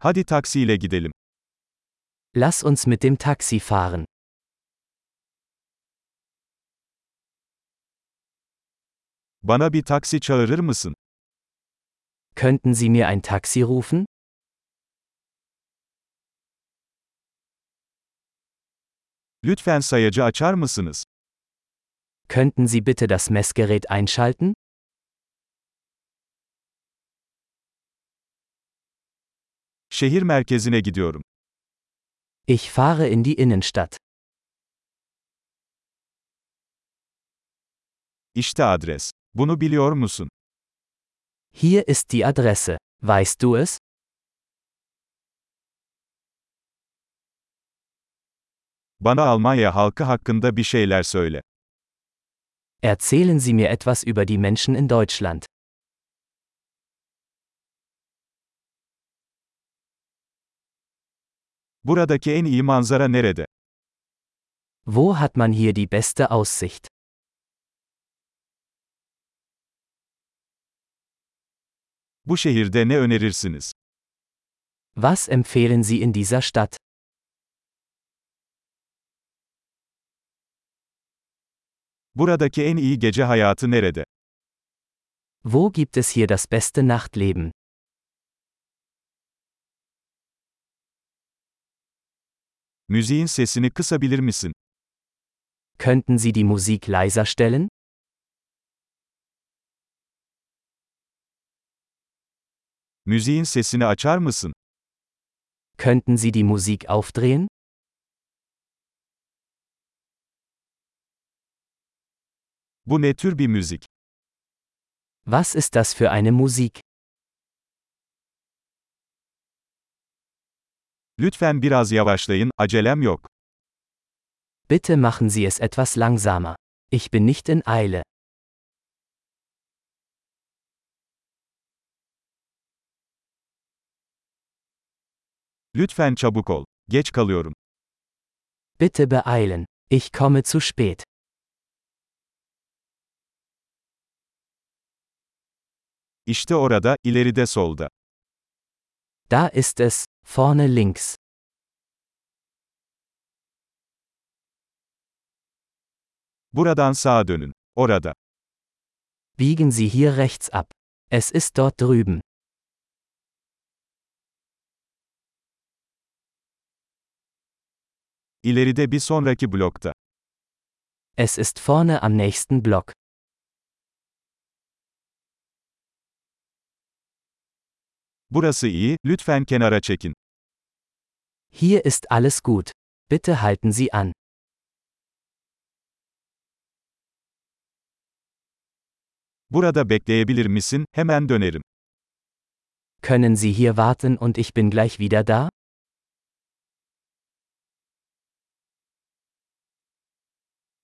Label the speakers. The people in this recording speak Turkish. Speaker 1: Hadi taksiyle gidelim.
Speaker 2: Lass uns mit dem Taxi fahren.
Speaker 1: Bana bir taksi çağırır mısın?
Speaker 2: Könnten Sie mir ein Taxi rufen?
Speaker 1: Lütfen sayacı açar mısınız?
Speaker 2: Könnten Sie bitte das Messgerät einschalten?
Speaker 1: Şehir merkezine gidiyorum.
Speaker 2: Ich fahre in die Innenstadt.
Speaker 1: İşte adres. Bunu biliyor musun?
Speaker 2: Hier ist die Adresse. Weißt du es?
Speaker 1: Bana Almanya halkı hakkında bir şeyler söyle.
Speaker 2: Erzählen Sie mir etwas über die Menschen in Deutschland.
Speaker 1: Buradaki en iyi manzara nerede?
Speaker 2: Wo hat man hier die beste Aussicht?
Speaker 1: Bu şehirde ne önerirsiniz?
Speaker 2: Was empfehlen Sie in dieser Stadt?
Speaker 1: Buradaki en iyi gece hayatı nerede?
Speaker 2: Wo gibt es hier das beste Nachtleben?
Speaker 1: Müziğin sesini kısabilir misin?
Speaker 2: Könnten Sie die Musik leiser stellen?
Speaker 1: Müziğin sesini açar mısın?
Speaker 2: Könnten Sie die Musik aufdrehen?
Speaker 1: Bu ne tür bir müzik?
Speaker 2: Was ist das für eine Musik?
Speaker 1: Lütfen biraz yavaşlayın, acelem yok.
Speaker 2: Bitte machen Sie es etwas langsamer. Ich bin nicht in Eile.
Speaker 1: Lütfen çabuk ol. Geç kalıyorum.
Speaker 2: Bitte beeilen. Ich komme zu spät.
Speaker 1: İşte orada, ileride solda.
Speaker 2: Da ist es, vorne links.
Speaker 1: Buradan sağa dönün. Orada.
Speaker 2: Biegen Sie hier rechts ab. Es ist dort drüben.
Speaker 1: İleride bir sonraki blokta.
Speaker 2: Es ist vorne am nächsten Block.
Speaker 1: Burası iyi, lütfen kenara çekin.
Speaker 2: Hier ist alles gut. Bitte halten Sie an.
Speaker 1: Burada bekleyebilir misin? Hemen dönerim.
Speaker 2: Können Sie hier warten und ich bin gleich wieder da?